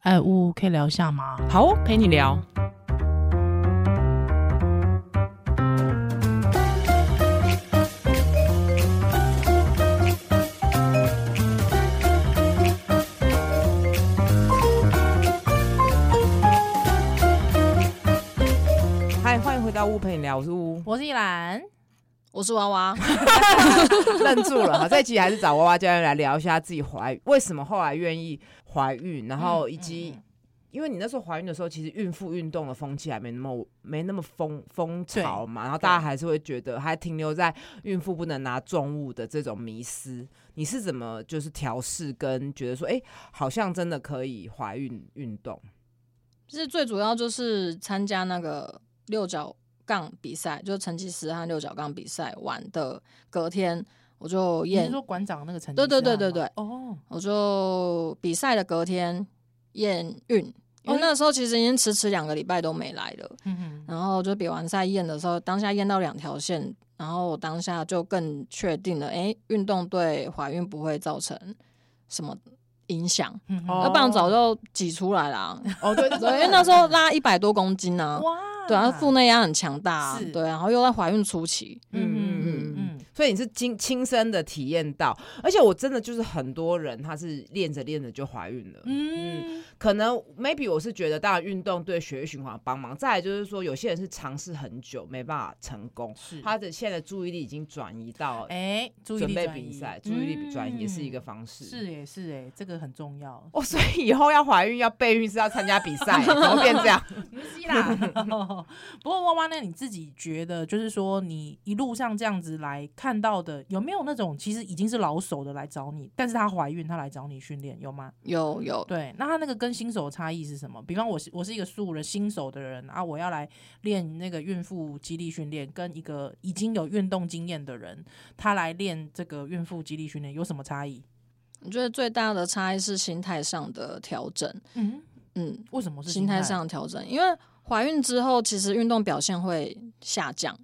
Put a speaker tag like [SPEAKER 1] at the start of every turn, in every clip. [SPEAKER 1] 哎，呜，可以聊一下吗？。
[SPEAKER 2] 好哦，陪你聊。嗨，欢迎回到屋陪你聊，我是屋
[SPEAKER 1] 我是依兰，
[SPEAKER 3] 我是 娃娃，
[SPEAKER 2] 愣住了哈，这一集还是找娃娃教练来聊一下自己怀为什么后来愿意怀孕，然后以及、
[SPEAKER 1] 嗯嗯
[SPEAKER 2] 因为你那时候怀孕的时候，其实孕妇运动的风气还没那么没那么风风潮嘛，然后大家还是会觉得还停留在孕妇不能拿重物的这种迷思。你是怎么就是调试跟觉得说，哎、好像真的可以怀孕运动？
[SPEAKER 3] 其实最主要就是参加那个六角杠比赛，就是成吉思汗六角杠比赛完的隔天，我就
[SPEAKER 1] 你是
[SPEAKER 3] 验，
[SPEAKER 1] 说馆长那个成绩
[SPEAKER 3] 对
[SPEAKER 1] 是这
[SPEAKER 3] 对
[SPEAKER 1] 样吗？
[SPEAKER 3] 对对对
[SPEAKER 1] 哦，
[SPEAKER 3] 我就比赛的隔天验孕，因
[SPEAKER 1] 哦
[SPEAKER 3] 为那时候其实已经迟迟两个礼拜都没来了。
[SPEAKER 1] 嗯哼，
[SPEAKER 3] 然后就比完赛验的时候，当下验到两条线，然后我当下就更确定了，哎，运动对怀孕不会造成什么影响，
[SPEAKER 1] 嗯哼
[SPEAKER 2] 哦
[SPEAKER 3] 要不然早就挤出来啦。
[SPEAKER 2] 哦，对，
[SPEAKER 3] 对，因为那时候拉一百多公斤呢、啊，
[SPEAKER 1] 哇，
[SPEAKER 3] 对啊，腹内压很强大、啊
[SPEAKER 1] 是，
[SPEAKER 3] 对，然后又在怀孕初期，
[SPEAKER 1] 嗯嗯嗯嗯，
[SPEAKER 2] 所以你是亲亲身的体验到，而且我真的就是很多人他是练着练着就怀孕了，
[SPEAKER 1] 嗯，
[SPEAKER 2] 可能 maybe 我是觉得，当然运动对血液循环有帮忙。再来就是说，有些人是尝试很久没办法成功，
[SPEAKER 1] 是
[SPEAKER 2] 他的现在注意力已经转移到
[SPEAKER 1] 哎，注意
[SPEAKER 2] 准
[SPEAKER 1] 力
[SPEAKER 2] 备
[SPEAKER 1] 转移
[SPEAKER 2] 比赛，注意力转移也是一个
[SPEAKER 1] 嗯
[SPEAKER 2] 方式。。
[SPEAKER 1] 是哎是哎，这个很重要
[SPEAKER 2] 哦，所以以后要怀孕要备孕是要参加比赛，怎么变这 样？
[SPEAKER 1] 不是啦， 不过哇哇，那你自己觉得，就是说你一路上这样子来看到的，有没有那种其实已经是老手的来找你，但是她怀孕，她来找你训练，有吗？
[SPEAKER 3] 有有，
[SPEAKER 1] 对，那他那个跟新手的差异是什么？比方我是我是一个素人新手的人啊，我要来练那个孕妇肌力训练，跟一个已经有运动经验的人，他来练这个孕妇肌力训练有什么差异？
[SPEAKER 3] 我觉得最大的差异是心态上的调整，
[SPEAKER 1] 嗯，
[SPEAKER 3] 嗯，
[SPEAKER 1] 为什么是
[SPEAKER 3] 心态上的调整，因为怀孕之后其实运动表现会下降，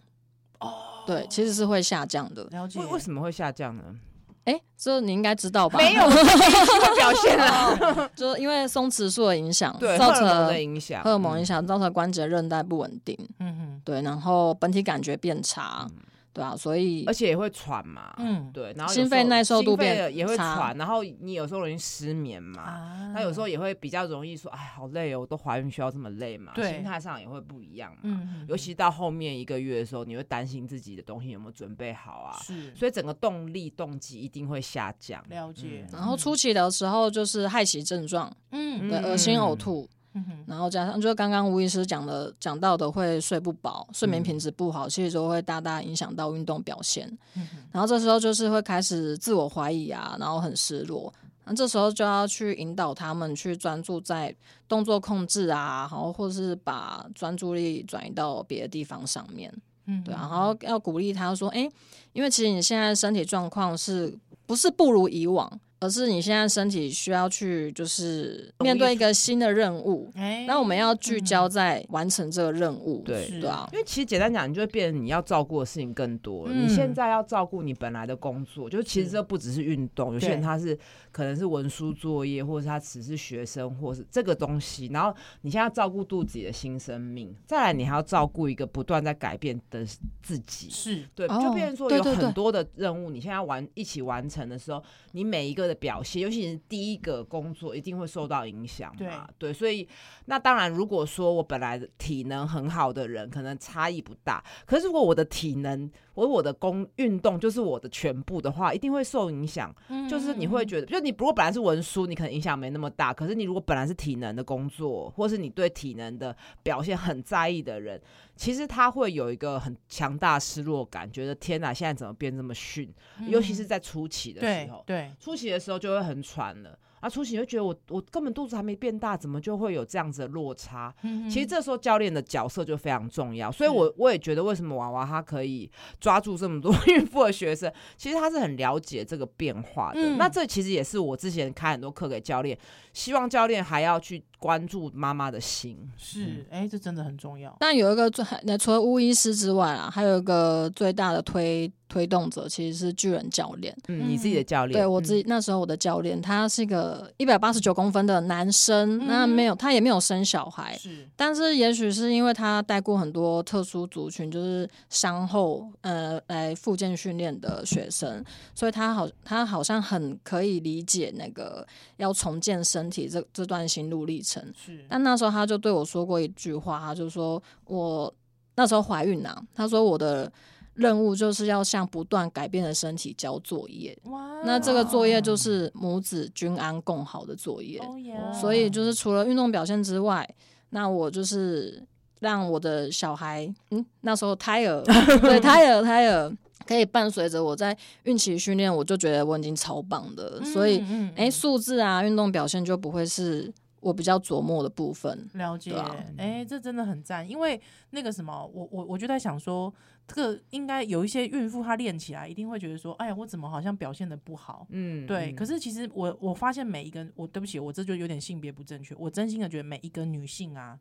[SPEAKER 3] 哦，对，其实是会下降的，
[SPEAKER 1] 了解？
[SPEAKER 2] 为为什么会下降呢？
[SPEAKER 3] 哎，这你应该知道吧？
[SPEAKER 2] 没有，我自己奇怪表现了，
[SPEAKER 3] 就是因为松弛素的影响，
[SPEAKER 2] 对荷
[SPEAKER 3] 造
[SPEAKER 2] 尔蒙的
[SPEAKER 3] 成
[SPEAKER 2] 影响，嗯
[SPEAKER 3] 荷尔蒙影响，造成关节韧带不稳定，
[SPEAKER 1] 嗯
[SPEAKER 3] 对，然后本体感觉变差，对啊，所以
[SPEAKER 2] 嗯，而且也会喘嘛，
[SPEAKER 1] 嗯
[SPEAKER 2] 嗯，
[SPEAKER 1] 嗯
[SPEAKER 2] 对，然后有
[SPEAKER 3] 心
[SPEAKER 2] 时
[SPEAKER 3] 肺
[SPEAKER 2] 候
[SPEAKER 3] 耐受
[SPEAKER 2] 心
[SPEAKER 3] 度
[SPEAKER 2] 肺
[SPEAKER 3] 变
[SPEAKER 2] 的也会
[SPEAKER 3] 差
[SPEAKER 2] 喘，然后你有时候容易失眠嘛，
[SPEAKER 1] 啊
[SPEAKER 2] 他有时候也会比较容易说，哎，好累哦，我都怀孕需要这么累嘛？
[SPEAKER 1] 对
[SPEAKER 2] 心态上也会不一样嘛。
[SPEAKER 1] 嗯，
[SPEAKER 2] 尤其到后面一个月的时候，你会担心自己的东西有没有准备好啊，
[SPEAKER 1] 是
[SPEAKER 2] 所以整个动力、动机一定会下降。嗯
[SPEAKER 1] 了解，
[SPEAKER 3] 然后初期的时候就是害喜症状，
[SPEAKER 1] 嗯
[SPEAKER 3] 对，恶心呕吐，
[SPEAKER 1] 嗯哼
[SPEAKER 3] 然后加上就是刚刚吴医师讲的讲到的会睡不饱，睡眠品质不好，其实就会大大影响到运动表现。
[SPEAKER 1] 嗯哼
[SPEAKER 3] 然后这时候就是会开始自我怀疑啊，然后很失落。那这时候就要去引导他们去专注在动作控制啊，然后或是把专注力转移到别的地方上面。
[SPEAKER 1] 嗯
[SPEAKER 3] 对啊，然
[SPEAKER 1] 哼
[SPEAKER 3] 后要鼓励他说，哎、因为其实你现在身体状况是不是不如以往，而是你现在身体需要去就是面对一个新的任务，
[SPEAKER 1] 哎，
[SPEAKER 3] 那我们要聚焦
[SPEAKER 1] 嗯
[SPEAKER 3] 在完成这个任务，
[SPEAKER 2] 对
[SPEAKER 1] 是
[SPEAKER 3] 对啊，
[SPEAKER 2] 因为其实简单讲，你就会变成你要照顾的事情更多了。
[SPEAKER 1] 嗯
[SPEAKER 2] 你现在要照顾你本来的工作，就是其实
[SPEAKER 1] 是
[SPEAKER 2] 这不只是运动，有些
[SPEAKER 1] 对
[SPEAKER 2] 人他是可能是文书作业，或者是他只是学生，或是这个东西。然后你现在要照顾肚子里的新生命，再来你还要照顾一个不断在改变的自己。
[SPEAKER 1] 是
[SPEAKER 2] 对，
[SPEAKER 3] 哦
[SPEAKER 2] 就变成说
[SPEAKER 3] 对
[SPEAKER 2] 有
[SPEAKER 3] 对对
[SPEAKER 2] 很多的任务，你现在要完一起完成的时候，你每一个的表现，尤其是第一个工作，一定会受到影响嘛。对，所以那当然，如果说我本来体能很好的人，可能差异不大。可是如果我的体能，我我的工运动就是我的全部的话，一定会受影响。
[SPEAKER 1] 嗯
[SPEAKER 2] 就是你会觉得，就你如果本来是文书，你可能影响没那么大。可是你如果本来是体能的工作，或是你对体能的表现很在意的人，其实他会有一个很强大的失落感，觉得天哪，现在怎么变这么逊？尤其是在初期的时
[SPEAKER 1] 嗯对
[SPEAKER 2] 候，
[SPEAKER 1] 对
[SPEAKER 2] 初期的时候就会很喘了。啊，初期你就觉得我我根本肚子还没变大，怎么就会有这样子的落差？
[SPEAKER 1] 嗯
[SPEAKER 2] 其实这时候教练的角色就非常重要，所以我我也觉得为什么娃娃他可以 抓住这么多 孕妇的学生，其实他是很了解这个变化的。
[SPEAKER 1] 嗯
[SPEAKER 2] 那这其实也是我之前开很多课给教练，希望教练还要去关注妈妈的心。
[SPEAKER 1] 是哎，这真的很重要。
[SPEAKER 3] 但有一个最，那除了巫医师之外啊，还有一个最大的推推动者其实是巨人教练。
[SPEAKER 2] 嗯，你自己的教练，
[SPEAKER 3] 对我自
[SPEAKER 1] 嗯
[SPEAKER 3] 己那时候我的教练，他是一个一百八十九公分的男生，那
[SPEAKER 1] 嗯
[SPEAKER 3] 没有他也没有生小孩，
[SPEAKER 1] 是
[SPEAKER 3] 但是也许是因为他带过很多特殊族群，就是伤后呃来复健训练的学生，所以他好他好像很可以理解那个要重建身体这这段心路历程。
[SPEAKER 1] 是，
[SPEAKER 3] 但那时候他就对我说过一句话，他就说我那时候怀孕啊，他说我的任务就是要向不断改变的身体交作业。
[SPEAKER 1] 哇
[SPEAKER 3] 那这个作业就是母子均安共好的作业，
[SPEAKER 1] 哦耶
[SPEAKER 3] 所以就是除了运动表现之外，那我就是让我的小孩，嗯，那时候胎儿，对胎儿胎儿可以伴随着我在孕期训练，我就觉得我已经超棒的，所以
[SPEAKER 1] 嗯嗯
[SPEAKER 3] 哎，
[SPEAKER 1] 嗯
[SPEAKER 3] 数字啊，运动表现就不会是我比较琢磨的部分。
[SPEAKER 1] 了解，哎、
[SPEAKER 3] 啊
[SPEAKER 1] 这真的很赞，因为那个什么，我我我就在想说，这个应该有一些孕妇她练起来一定会觉得说，哎呀，我怎么好像表现的不好？
[SPEAKER 2] 嗯，
[SPEAKER 1] 对，
[SPEAKER 2] 嗯
[SPEAKER 1] 可是其实我我发现每一个，我对不起，我这就有点性别不正确，我真心的觉得每一个女性啊，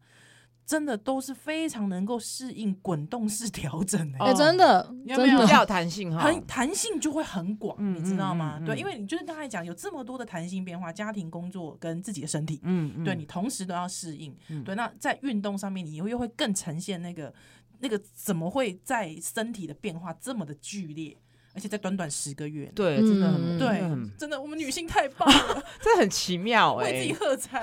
[SPEAKER 1] 真的都是非常能够适应滚动式调整、欸，
[SPEAKER 3] 哎、
[SPEAKER 2] 哦
[SPEAKER 3] 真的，
[SPEAKER 2] 有没
[SPEAKER 3] 真
[SPEAKER 2] 有比
[SPEAKER 3] 的，
[SPEAKER 2] 较有弹性哈？
[SPEAKER 1] 很弹性就会很广，
[SPEAKER 2] 哦嗯
[SPEAKER 1] 你知道吗？
[SPEAKER 2] 嗯嗯嗯
[SPEAKER 1] 对，因为你就是刚才讲有这么多的弹性变化，家庭、工作跟自己的身体，
[SPEAKER 2] 嗯，嗯
[SPEAKER 1] 对你同时都要适应。
[SPEAKER 2] 嗯
[SPEAKER 1] 对，那在运动上面，你又又会更呈现那个那个怎么会在身体的变化这么的剧烈，而且在短短十个月呢，
[SPEAKER 2] 对，真的很
[SPEAKER 3] 嗯
[SPEAKER 1] 对
[SPEAKER 2] 嗯，
[SPEAKER 1] 真的我们女性太棒 了，
[SPEAKER 2] 这很奇妙哎、
[SPEAKER 1] 为自己喝彩。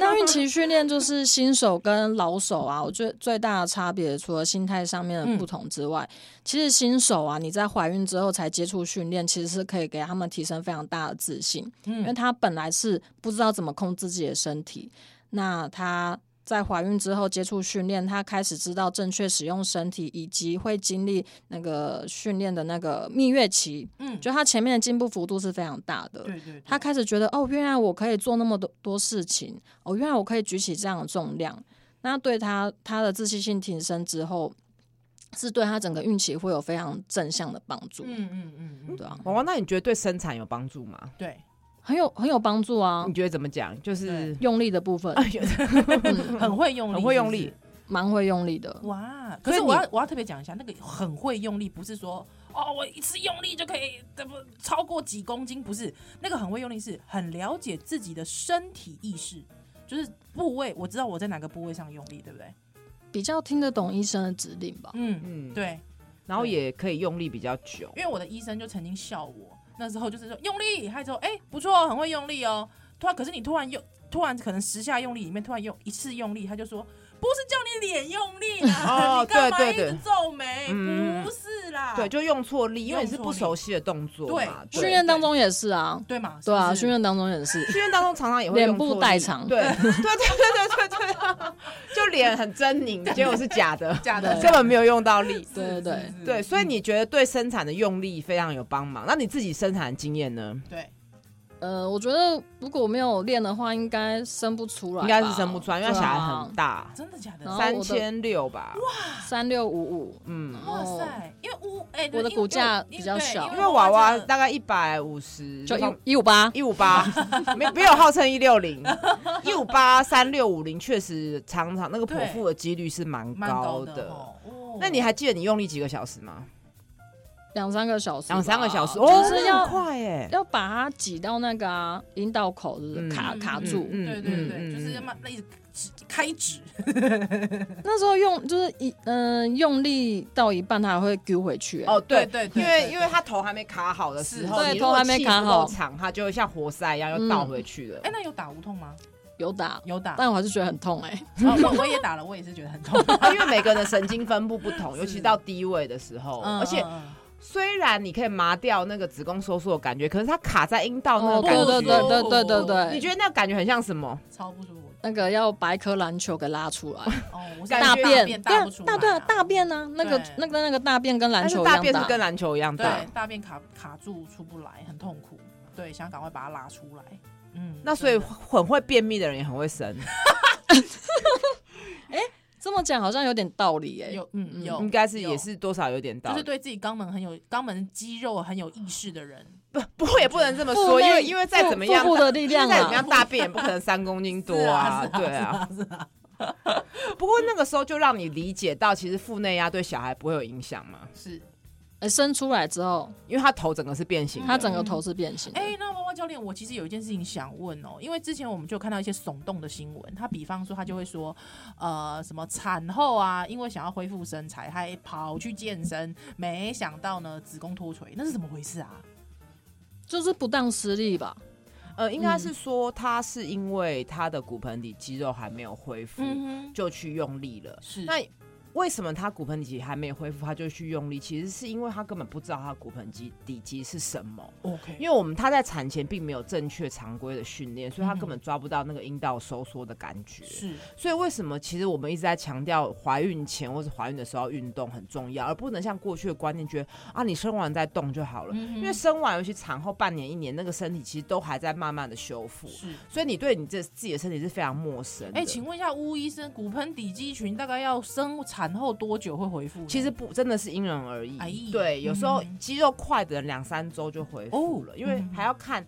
[SPEAKER 3] 那孕期训练就是新手跟老手啊，我觉得最大的差别除了心态上
[SPEAKER 2] 嗯
[SPEAKER 3] 面的不同之外，其实新手啊，你在怀孕之后才接触训练，其实是可以给他们提升非常大的自信， 因为
[SPEAKER 1] 嗯，
[SPEAKER 3] 他本来是不知道怎么控制自己的身体，那他。在怀孕之后接触训练，他开始知道正确使用身体，以及会经历那个训练的那个蜜月期，
[SPEAKER 1] 嗯，
[SPEAKER 3] 就他前面的进步幅度是非常大的。
[SPEAKER 1] 对对，
[SPEAKER 3] 他开始觉得哦，原来我可以做那么多多事情，哦，原来我可以举起这样的重量。那对他他的自信心提升之后，是对他整个孕期会有非常正向的帮助，
[SPEAKER 1] 嗯嗯嗯嗯，
[SPEAKER 3] 对啊，
[SPEAKER 2] 娃娃，那你觉得对生产有帮助吗？
[SPEAKER 1] 对，
[SPEAKER 3] 很有很有帮助啊
[SPEAKER 2] 你。觉得怎么讲？就是
[SPEAKER 3] 用力的部分，
[SPEAKER 2] 啊
[SPEAKER 3] 嗯，
[SPEAKER 1] 很会用力，
[SPEAKER 2] 很会用力
[SPEAKER 1] 是
[SPEAKER 3] 蛮会用力的
[SPEAKER 1] 不是。。哇，可是
[SPEAKER 2] 所以
[SPEAKER 1] 我
[SPEAKER 2] 你
[SPEAKER 1] 要我要特别讲一下，那个很会用力，不是说哦我一次用力就可以怎么超过几公斤，不是那个很会用力，是很了解自己的身体意识，就是部位，我知道我在哪个部位上用力，对不对？
[SPEAKER 3] 比较听得懂医生的指令吧。
[SPEAKER 1] 嗯，
[SPEAKER 2] 哦嗯，
[SPEAKER 1] 对，
[SPEAKER 2] 然后也可以用力比较久。
[SPEAKER 1] 因为我的医生就曾经笑我，那时候就是说用力，还说哎、不错，很会用力哦。突然，可是你突然用，突然可能十下用力里面突然用一次用力，他就说不是叫你脸用力啦，
[SPEAKER 2] 哦
[SPEAKER 1] 你干嘛
[SPEAKER 2] 对
[SPEAKER 1] 一
[SPEAKER 2] 对
[SPEAKER 1] 直皱眉？
[SPEAKER 2] 嗯
[SPEAKER 1] 不是啦，
[SPEAKER 2] 对，就用错力，因为你是
[SPEAKER 1] 用错
[SPEAKER 2] 不
[SPEAKER 1] 力
[SPEAKER 2] 熟悉的动作嘛。
[SPEAKER 1] 对
[SPEAKER 3] 训练当中也是啊，
[SPEAKER 1] 对嘛？
[SPEAKER 3] 对啊，
[SPEAKER 1] 是不
[SPEAKER 3] 训
[SPEAKER 1] 是
[SPEAKER 3] 练当中也是。
[SPEAKER 2] 训练当中常常也会用
[SPEAKER 3] 脸部
[SPEAKER 2] 错力
[SPEAKER 3] 代偿
[SPEAKER 2] 对 对对对对对对，就脸很狰狞，结果是假 的，
[SPEAKER 1] 假的
[SPEAKER 2] 根本没有用到力。
[SPEAKER 3] 对对对
[SPEAKER 1] 是是
[SPEAKER 2] 对，所以你觉得对生产的用力非常有帮忙？那你自己生产的经验呢？
[SPEAKER 1] 对
[SPEAKER 3] 呃，我觉得如果没有练的话，应该生不出来吧，
[SPEAKER 2] 应该是生不出来，因为
[SPEAKER 3] 对
[SPEAKER 2] 小
[SPEAKER 3] 啊
[SPEAKER 2] 孩很大，
[SPEAKER 1] 真的假的？
[SPEAKER 3] 然后
[SPEAKER 2] 三
[SPEAKER 3] 我的
[SPEAKER 2] 千六吧。
[SPEAKER 3] 三六五五，
[SPEAKER 2] 嗯，
[SPEAKER 1] 哇塞，因为乌哎，对
[SPEAKER 3] 我的
[SPEAKER 1] 因为
[SPEAKER 3] 骨架
[SPEAKER 1] 因为
[SPEAKER 3] 比较小
[SPEAKER 2] 因为娃娃
[SPEAKER 1] 这个
[SPEAKER 2] 大概一百五十，
[SPEAKER 3] 就一一五八，
[SPEAKER 2] 一五八， 没没有号称一六零，一五八三六五零确实常常那个
[SPEAKER 1] 对
[SPEAKER 2] 剖腹的几率是蛮
[SPEAKER 1] 蛮高
[SPEAKER 2] 的。
[SPEAKER 1] 哦哦
[SPEAKER 2] 那你
[SPEAKER 3] 嗯
[SPEAKER 2] 还记得你用力几个小时吗？
[SPEAKER 3] 两三个小时吧，哦
[SPEAKER 2] 两三个小时，
[SPEAKER 3] 就
[SPEAKER 2] 那
[SPEAKER 3] 是
[SPEAKER 2] 很
[SPEAKER 3] 要
[SPEAKER 2] 快耶。
[SPEAKER 3] 要把它挤到那个啊引导口，就是
[SPEAKER 2] 嗯
[SPEAKER 3] 卡
[SPEAKER 1] 嗯
[SPEAKER 3] 卡
[SPEAKER 1] 嗯
[SPEAKER 3] 住。
[SPEAKER 2] 嗯
[SPEAKER 1] 对对
[SPEAKER 2] 嗯
[SPEAKER 1] 对，
[SPEAKER 2] 嗯
[SPEAKER 1] 就是要慢，那一直指开指，
[SPEAKER 3] 那时候用就是一嗯、用力到一半，它还会丢回去、欸
[SPEAKER 2] 哦，对
[SPEAKER 1] 对对
[SPEAKER 2] 因为
[SPEAKER 1] 对
[SPEAKER 2] 因为他头还没卡好的时候，
[SPEAKER 1] 是
[SPEAKER 2] 你
[SPEAKER 3] 对
[SPEAKER 2] 如果
[SPEAKER 3] 头还没
[SPEAKER 2] 气
[SPEAKER 3] 卡
[SPEAKER 2] 不
[SPEAKER 3] 好
[SPEAKER 2] 够长，它就会像活塞一样又
[SPEAKER 3] 嗯
[SPEAKER 2] 倒回去了。
[SPEAKER 1] 哎，那有打无痛吗？
[SPEAKER 3] 有打，
[SPEAKER 1] 有打，
[SPEAKER 3] 但我还是觉得很痛哎、欸
[SPEAKER 1] 哦我我也打了，我也是觉得很痛，
[SPEAKER 2] 啊因为每个人的神经分布不 同，
[SPEAKER 1] 是
[SPEAKER 2] 尤其到低位的时候，
[SPEAKER 1] 嗯
[SPEAKER 2] 而且
[SPEAKER 1] 嗯
[SPEAKER 2] 虽然你可以麻掉那个子宫收缩的感觉，可是它卡在阴道那
[SPEAKER 3] 哦，
[SPEAKER 2] 个
[SPEAKER 3] 对
[SPEAKER 2] 感
[SPEAKER 3] 对
[SPEAKER 2] 觉，
[SPEAKER 3] 对对对对对，
[SPEAKER 2] 你觉得那感觉很像什么？
[SPEAKER 1] 嗯超不舒服
[SPEAKER 3] 那个要把一颗篮球给拉出来，
[SPEAKER 1] 哦，我是
[SPEAKER 2] 感觉
[SPEAKER 1] 大
[SPEAKER 3] 便，对
[SPEAKER 1] 大
[SPEAKER 3] 啊
[SPEAKER 1] 不出，来
[SPEAKER 3] 大
[SPEAKER 1] 啊，
[SPEAKER 3] 对啊，大便呢、那个
[SPEAKER 1] 对
[SPEAKER 3] 那个那个大便跟篮
[SPEAKER 2] 但
[SPEAKER 3] 球
[SPEAKER 2] 是
[SPEAKER 3] 一
[SPEAKER 2] 大
[SPEAKER 3] 样啊
[SPEAKER 2] 便是
[SPEAKER 3] 大，
[SPEAKER 2] 跟篮球一样大
[SPEAKER 1] 对。大便卡卡住出不来，很痛苦，对，想赶快把它拉出来，嗯，
[SPEAKER 2] 那所以
[SPEAKER 1] 真的
[SPEAKER 2] 很会便秘的人也很会生，
[SPEAKER 3] 这么讲好像有点道理哎、
[SPEAKER 1] 有嗯
[SPEAKER 3] 嗯
[SPEAKER 1] 有
[SPEAKER 2] 应该是也
[SPEAKER 1] 有
[SPEAKER 2] 是多少有点道
[SPEAKER 1] 就是
[SPEAKER 2] 理。
[SPEAKER 1] 对自己肛门很有肛门肌肉很有意识的人，
[SPEAKER 2] 不不过也不能这么
[SPEAKER 3] 腹
[SPEAKER 2] 说，
[SPEAKER 3] 内
[SPEAKER 2] 因为因为再怎么样
[SPEAKER 3] 腹，部的力
[SPEAKER 2] 因为
[SPEAKER 3] 量
[SPEAKER 2] 再怎么
[SPEAKER 3] 啊，
[SPEAKER 2] 样大便也不可能三公斤多啊，对啊。
[SPEAKER 1] 是啊，
[SPEAKER 2] 不过那个时候就让你理解到，其实腹内压对小孩不会有影响嘛。
[SPEAKER 1] 是
[SPEAKER 3] 哎，生出来之后，
[SPEAKER 2] 因为他头整个是变形的，
[SPEAKER 3] 他整个头是变形的。
[SPEAKER 1] 哎、那花花教练，我其实有一件事情想问哦，因为之前我们就有看到一些耸动的新闻，他比方说他就会说，呃，什么产后啊，因为想要恢复身材，还跑去健身，没想到呢子宫脱垂，那是怎么回事啊？
[SPEAKER 3] 就是不当失力吧？
[SPEAKER 2] 呃，应该
[SPEAKER 3] 嗯
[SPEAKER 2] 是说他是因为他的骨盆底肌肉还没有恢复，
[SPEAKER 1] 嗯哼，
[SPEAKER 2] 就去用力了。
[SPEAKER 1] 是
[SPEAKER 2] 那为什么他骨盆底肌还没有恢复，他就去用力？其实是因为他根本不知道他骨盆肌底肌是什么，
[SPEAKER 1] OK，
[SPEAKER 2] 因为我们他在产前并没有正确常规的训练，所以他根本抓不到那个阴道收缩的感觉。
[SPEAKER 1] 嗯是
[SPEAKER 2] 所以为什么其实我们一直在强调怀孕前或者怀孕的时候运动很重要，而不能像过去的观念觉得啊你生完再动就好了，
[SPEAKER 1] 嗯
[SPEAKER 2] 因为生完尤其产后半年一年，那个身体其实都还在慢慢的修复，
[SPEAKER 1] 是。
[SPEAKER 2] 所以你对你这自己的身体是非常陌生的。
[SPEAKER 1] 哎、请问一下巫医生，骨盆底肌群大概要生产后多久会恢复呢？
[SPEAKER 2] 其实不，真的是因人而异。
[SPEAKER 1] 哎
[SPEAKER 2] 对，有时候
[SPEAKER 1] 嗯
[SPEAKER 2] 肌肉快的人两三周就恢复了，
[SPEAKER 1] 哦
[SPEAKER 2] 因为
[SPEAKER 1] 嗯
[SPEAKER 2] 还要看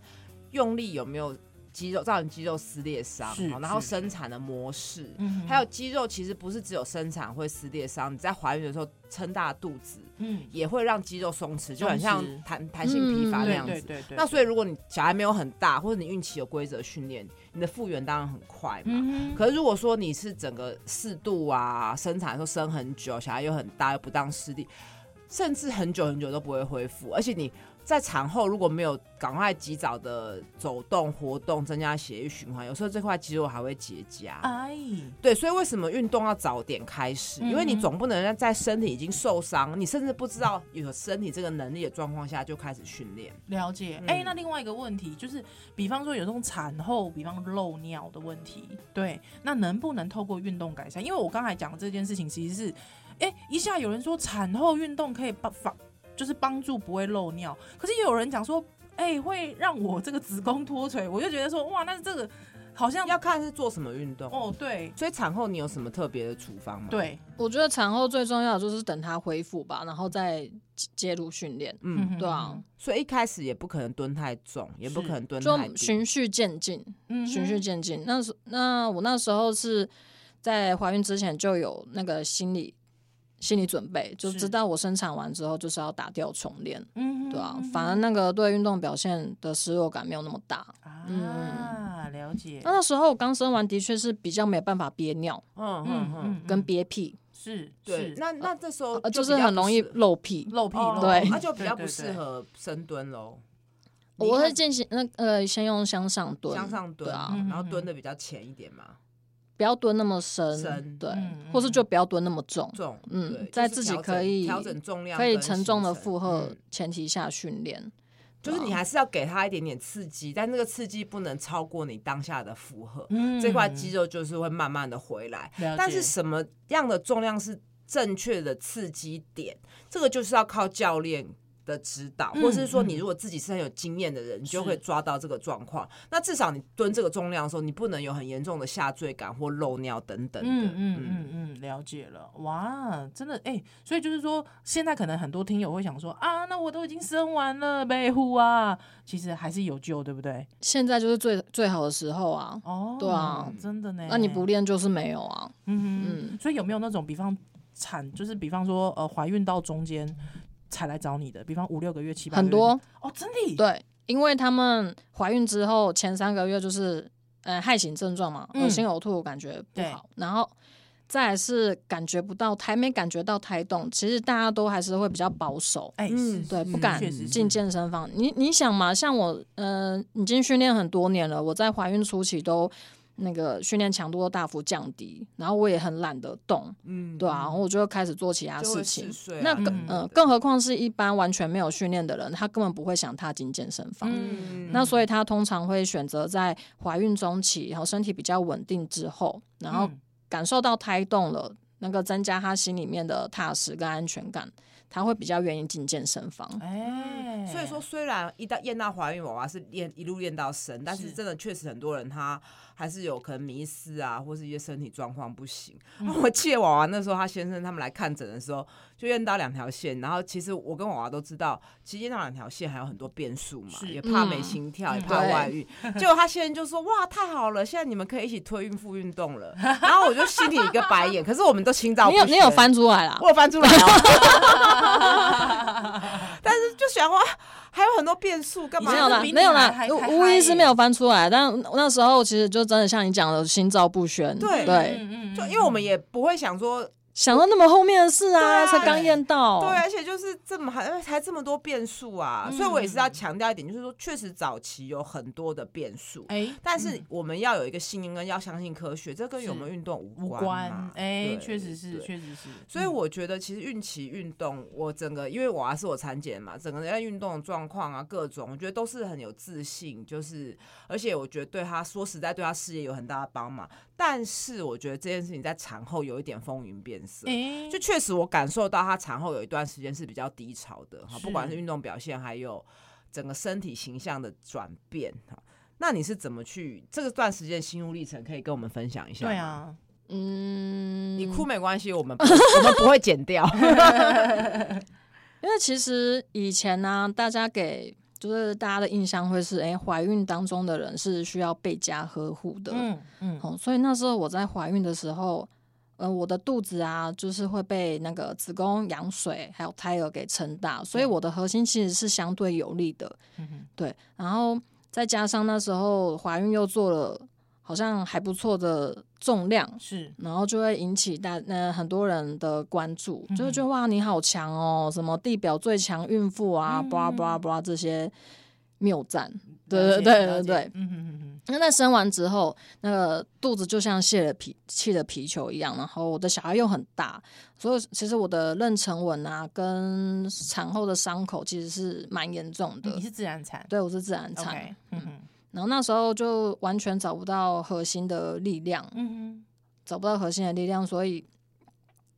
[SPEAKER 2] 用力有没有肌肉造成肌肉撕裂伤哦
[SPEAKER 1] 是，
[SPEAKER 2] 好然后
[SPEAKER 1] 是
[SPEAKER 2] 生产的模式，
[SPEAKER 1] 嗯哼，
[SPEAKER 2] 还有肌肉其实不是只有生产会撕裂伤，你在怀孕的时候撑大肚子
[SPEAKER 1] 嗯，
[SPEAKER 2] 也会让肌肉松弛，就很
[SPEAKER 1] 松弛
[SPEAKER 2] 像弹弹性疲乏
[SPEAKER 3] 嗯
[SPEAKER 2] 那
[SPEAKER 1] 对
[SPEAKER 2] 样
[SPEAKER 1] 对
[SPEAKER 2] 子。
[SPEAKER 1] 对对，
[SPEAKER 2] 那所以，如果你小孩没有很大，或者你孕期有规则训练，你的复原当然很快嘛。
[SPEAKER 1] 嗯哼，
[SPEAKER 2] 可是如果说你是整个四度啊，生产的时候生很久，小孩又很大，又不当失地，甚至很久很久都不会恢复，而且你。在产后如果没有赶快及早的走动活动，增加血液循环，有时候这块肌肉还会结痂。
[SPEAKER 1] 哎，
[SPEAKER 2] 对，所以为什么运动要早点开始？因为
[SPEAKER 1] 嗯
[SPEAKER 2] 你
[SPEAKER 1] 哼
[SPEAKER 2] 总不能在身体已经受伤，你甚至不知道有身体这个能力的状况下就开始训练。
[SPEAKER 1] 了解。
[SPEAKER 2] 嗯
[SPEAKER 1] 哎、那另外一个问题就是，比方说有这种产后，比方漏尿的问题，对，那能不能透过运动改善？因为我刚才讲的这件事情，其实是，哎、一下有人说产后运动可以帮防，就是帮助不会漏尿，可是也有人讲说，哎、会让我这个子宫脱垂，我就觉得说，哇，那这个好像
[SPEAKER 2] 要看是做什么运动。啊
[SPEAKER 1] 哦，对
[SPEAKER 2] 所以产后你有什么特别的处方吗？，
[SPEAKER 1] 对，
[SPEAKER 3] 我觉得产后最重要的就是等它恢复吧，然后再介入训练，
[SPEAKER 2] 嗯，
[SPEAKER 1] 哼
[SPEAKER 3] 对啊，
[SPEAKER 2] 所以一开始也不可能蹲太重，也不
[SPEAKER 1] 是
[SPEAKER 2] 可能蹲
[SPEAKER 3] 就
[SPEAKER 2] 太低。
[SPEAKER 3] 循序渐进，
[SPEAKER 1] 嗯哼，
[SPEAKER 3] 循序渐进。那时那我那时候是在怀孕之前就有那个心理心理准备，就是知道我生产完之后就是要打掉重练，
[SPEAKER 1] 嗯哼，
[SPEAKER 3] 对啊
[SPEAKER 1] 嗯哼，
[SPEAKER 3] 反而那个对运动表现的失落感没有那么大。
[SPEAKER 1] 啊，了解，
[SPEAKER 3] 那那时候我刚生完，的确是比较没办法憋尿
[SPEAKER 2] 嗯嗯嗯，
[SPEAKER 3] 跟憋屁，
[SPEAKER 1] 是
[SPEAKER 2] 对。
[SPEAKER 1] 是哦
[SPEAKER 2] 那那这时候
[SPEAKER 3] 呃，
[SPEAKER 2] 就
[SPEAKER 3] 就
[SPEAKER 2] 比
[SPEAKER 3] 是
[SPEAKER 2] 较
[SPEAKER 3] 很
[SPEAKER 2] 不
[SPEAKER 3] 容易
[SPEAKER 2] 适
[SPEAKER 3] 漏屁。
[SPEAKER 1] 露屁
[SPEAKER 2] 哦
[SPEAKER 1] 露，
[SPEAKER 3] 对
[SPEAKER 2] 那就比较不
[SPEAKER 1] 对对
[SPEAKER 2] 适合深蹲喽。你
[SPEAKER 3] 我
[SPEAKER 2] 一
[SPEAKER 3] 会
[SPEAKER 2] 开始
[SPEAKER 3] 进行那呃，先用向上蹲，
[SPEAKER 2] 向上蹲，
[SPEAKER 3] 对啊，嗯
[SPEAKER 2] 然后
[SPEAKER 1] 嗯嗯
[SPEAKER 2] 蹲的比较浅一点嘛，
[SPEAKER 3] 不要蹲那么深，
[SPEAKER 2] 深
[SPEAKER 3] 对，
[SPEAKER 1] 嗯
[SPEAKER 3] 或是就不要蹲那么重，
[SPEAKER 2] 重，
[SPEAKER 3] 嗯
[SPEAKER 2] 对，
[SPEAKER 3] 在
[SPEAKER 2] 就是
[SPEAKER 3] 自己
[SPEAKER 2] 调
[SPEAKER 3] 可
[SPEAKER 2] 整
[SPEAKER 3] 以
[SPEAKER 2] 调整重量，
[SPEAKER 3] 可以沉重的负荷啊
[SPEAKER 2] 嗯
[SPEAKER 3] 前提下训练。
[SPEAKER 2] 就是你还是要给他一点点刺激，但那个刺激不能超过你当下的负荷，
[SPEAKER 1] 嗯
[SPEAKER 2] 这块肌肉就是会慢慢的回来。
[SPEAKER 1] 了
[SPEAKER 2] 但是
[SPEAKER 1] 解
[SPEAKER 2] 什么样的重量是正确的刺激点，这个就是要靠教练。的指导，
[SPEAKER 1] 嗯
[SPEAKER 2] 或是说你
[SPEAKER 1] 嗯
[SPEAKER 2] 如果自己是很有经验的人，你就是会抓到这个状况。那至少你蹲这个重量的时候，你不能有很严重的下坠感或漏尿等等的。
[SPEAKER 1] 嗯嗯嗯嗯，了解了。哇，真的哎、所以就是说，现在可能很多听友会想说啊，那我都已经生完了，被护啊，其实还是有救，对不对？
[SPEAKER 3] 现在就是最最好的时候啊，
[SPEAKER 1] 哦，
[SPEAKER 3] 对啊
[SPEAKER 1] 真的呢。
[SPEAKER 3] 那你不，练就是没有啊。
[SPEAKER 1] 嗯嗯。所以有没有那种，比方产，就是比方说呃，怀孕到中间才来找你的，比方五六个月、七八个月
[SPEAKER 3] 很多
[SPEAKER 1] 哦，真的，
[SPEAKER 3] 对，因为他们怀孕之后前三个月就是呃害醒症状嘛，
[SPEAKER 1] 嗯
[SPEAKER 3] 恶心呕吐感觉不
[SPEAKER 1] 对
[SPEAKER 3] 好，然后再来是感觉不到还没感觉到胎动，其实大家都还是会比较保守。
[SPEAKER 1] 哎、是
[SPEAKER 3] 对，
[SPEAKER 1] 是
[SPEAKER 3] 不敢
[SPEAKER 1] 确实是嗯
[SPEAKER 3] 进健身房。你你想嘛，像我，呃，已经训练很多年了，我在怀孕初期都那个训练强度都大幅降低，然后我也很懒得动，
[SPEAKER 2] 嗯
[SPEAKER 3] 对啊，然后我就开始做其他
[SPEAKER 2] 就会
[SPEAKER 3] 事
[SPEAKER 2] 嗜
[SPEAKER 3] 情。
[SPEAKER 2] 睡啊。
[SPEAKER 3] 那
[SPEAKER 2] 等
[SPEAKER 3] 更
[SPEAKER 2] 等
[SPEAKER 3] 呃，
[SPEAKER 2] 的
[SPEAKER 3] 更何况是一般完全没有训练的人，他根本不会想踏进健身房。
[SPEAKER 1] 嗯
[SPEAKER 3] 那所以他通常会选择在怀孕中期，然后身体比较稳定之后，然后
[SPEAKER 1] 嗯
[SPEAKER 3] 感受到胎动了，能够增加他心里面的踏实跟安全感，他会比较愿意进健身房。
[SPEAKER 1] 哎、
[SPEAKER 2] 所以说，虽然一到验到怀孕娃娃是练一路练到生，但是
[SPEAKER 1] 是
[SPEAKER 2] 真的确实很多人他还是有可能迷失啊，或是一些身体状况不行。我记得娃娃那时候，他先生他们来看诊的时候，就验到两条线，然后其实我跟娃娃都知道，其实验到两条线还有很多变数嘛，
[SPEAKER 1] 是
[SPEAKER 2] 也怕
[SPEAKER 3] 嗯
[SPEAKER 2] 没心跳，也
[SPEAKER 1] 嗯
[SPEAKER 2] 怕
[SPEAKER 3] 对
[SPEAKER 2] 外遇。结果他先生就说：“哇，太好了，现在你们可以一起推孕妇运动了。”然后我就心里一个白眼，可是我们都心照不
[SPEAKER 3] 你有
[SPEAKER 2] 宣。
[SPEAKER 3] 你有翻出来啦？
[SPEAKER 2] 我有翻出来 哦，但是就想哇，还有很多变数，干嘛
[SPEAKER 3] 没有啦
[SPEAKER 1] 比，你
[SPEAKER 3] 没有
[SPEAKER 1] 还，
[SPEAKER 3] 啦
[SPEAKER 1] 还还
[SPEAKER 3] 无无疑是没有翻出来。但那时候其实就真的像你讲的，心照不宣。
[SPEAKER 2] 对
[SPEAKER 1] 嗯
[SPEAKER 2] 就因为我们也不会想说，
[SPEAKER 3] 想到那么后面的事
[SPEAKER 2] 对啊
[SPEAKER 3] 啊，才刚验
[SPEAKER 1] 哦
[SPEAKER 3] 到。
[SPEAKER 2] 对，而且就是这么还还这么多变数啊，
[SPEAKER 1] 嗯
[SPEAKER 2] 所以我也是要强调一点，就是说，确实早期有很多的变数，
[SPEAKER 1] 哎，
[SPEAKER 2] 但是
[SPEAKER 1] 嗯
[SPEAKER 2] 我们要有一个信念跟要相信科学，这跟有
[SPEAKER 1] 是
[SPEAKER 2] 没有运动无
[SPEAKER 1] 无
[SPEAKER 2] 关
[SPEAKER 1] 关
[SPEAKER 2] 嘛，
[SPEAKER 1] 哎，
[SPEAKER 2] 对
[SPEAKER 1] 确实是，
[SPEAKER 2] 对
[SPEAKER 1] 确实是，
[SPEAKER 2] 所以我觉得其实孕期运动，我整个因为我还是我产检嘛，整个人在运动的状况啊，各种我觉得都是很有自信，就是而且我觉得对他说实在对他事业有很大的帮忙。但是我觉得这件事情在产后有一点风云变色。
[SPEAKER 1] 哎，
[SPEAKER 2] 就确实，我感受到她产后有一段时间是比较低潮的哈，
[SPEAKER 1] 是
[SPEAKER 2] 不管是运动表现，还有整个身体形象的转变哈。那你是怎么去这个段时间心路历程，可以跟我们分享一下？
[SPEAKER 1] 对，啊，
[SPEAKER 3] 嗯，
[SPEAKER 2] 你哭没关系，我们不我们不会剪掉。
[SPEAKER 3] 因为其实以前呢、大家给就是大家的印象会是，哎、怀孕当中的人是需要被家呵护的。
[SPEAKER 1] 嗯嗯，
[SPEAKER 3] 哦，所以那时候我在怀孕的时候，呃，我的肚子啊，就是会被那个子宫羊水还有胎儿给撑大，所以我的核心其实是相对有力的。
[SPEAKER 1] 嗯哼
[SPEAKER 3] 对，然后再加上那时候怀孕又做了好像还不错的重量，
[SPEAKER 1] 是，
[SPEAKER 3] 然后就会引起大呃很多人的关注，就
[SPEAKER 1] 嗯
[SPEAKER 3] 会觉得哇你好强哦，什么地表最强孕妇啊，
[SPEAKER 1] 嗯
[SPEAKER 3] 巴拉巴拉
[SPEAKER 1] 嗯
[SPEAKER 3] 巴拉这些谬赞。
[SPEAKER 1] 了
[SPEAKER 3] 对对
[SPEAKER 1] 解
[SPEAKER 3] 对
[SPEAKER 1] 了
[SPEAKER 3] 对
[SPEAKER 1] 解
[SPEAKER 3] 对。
[SPEAKER 1] 嗯嗯嗯
[SPEAKER 3] 那在生完之后，那个肚子就像泄了皮、气了皮球一样，然后我的小孩又很大，所以其实我的妊娠纹啊跟产后的伤口其实是蛮严重
[SPEAKER 1] 嗯，
[SPEAKER 3] 的
[SPEAKER 1] 你。是自然产
[SPEAKER 3] 对，我是自然产
[SPEAKER 1] ，OK，嗯哼
[SPEAKER 3] 然后那时候就完全找不到核心的力量，
[SPEAKER 1] 嗯
[SPEAKER 3] 找不到核心的力量，所以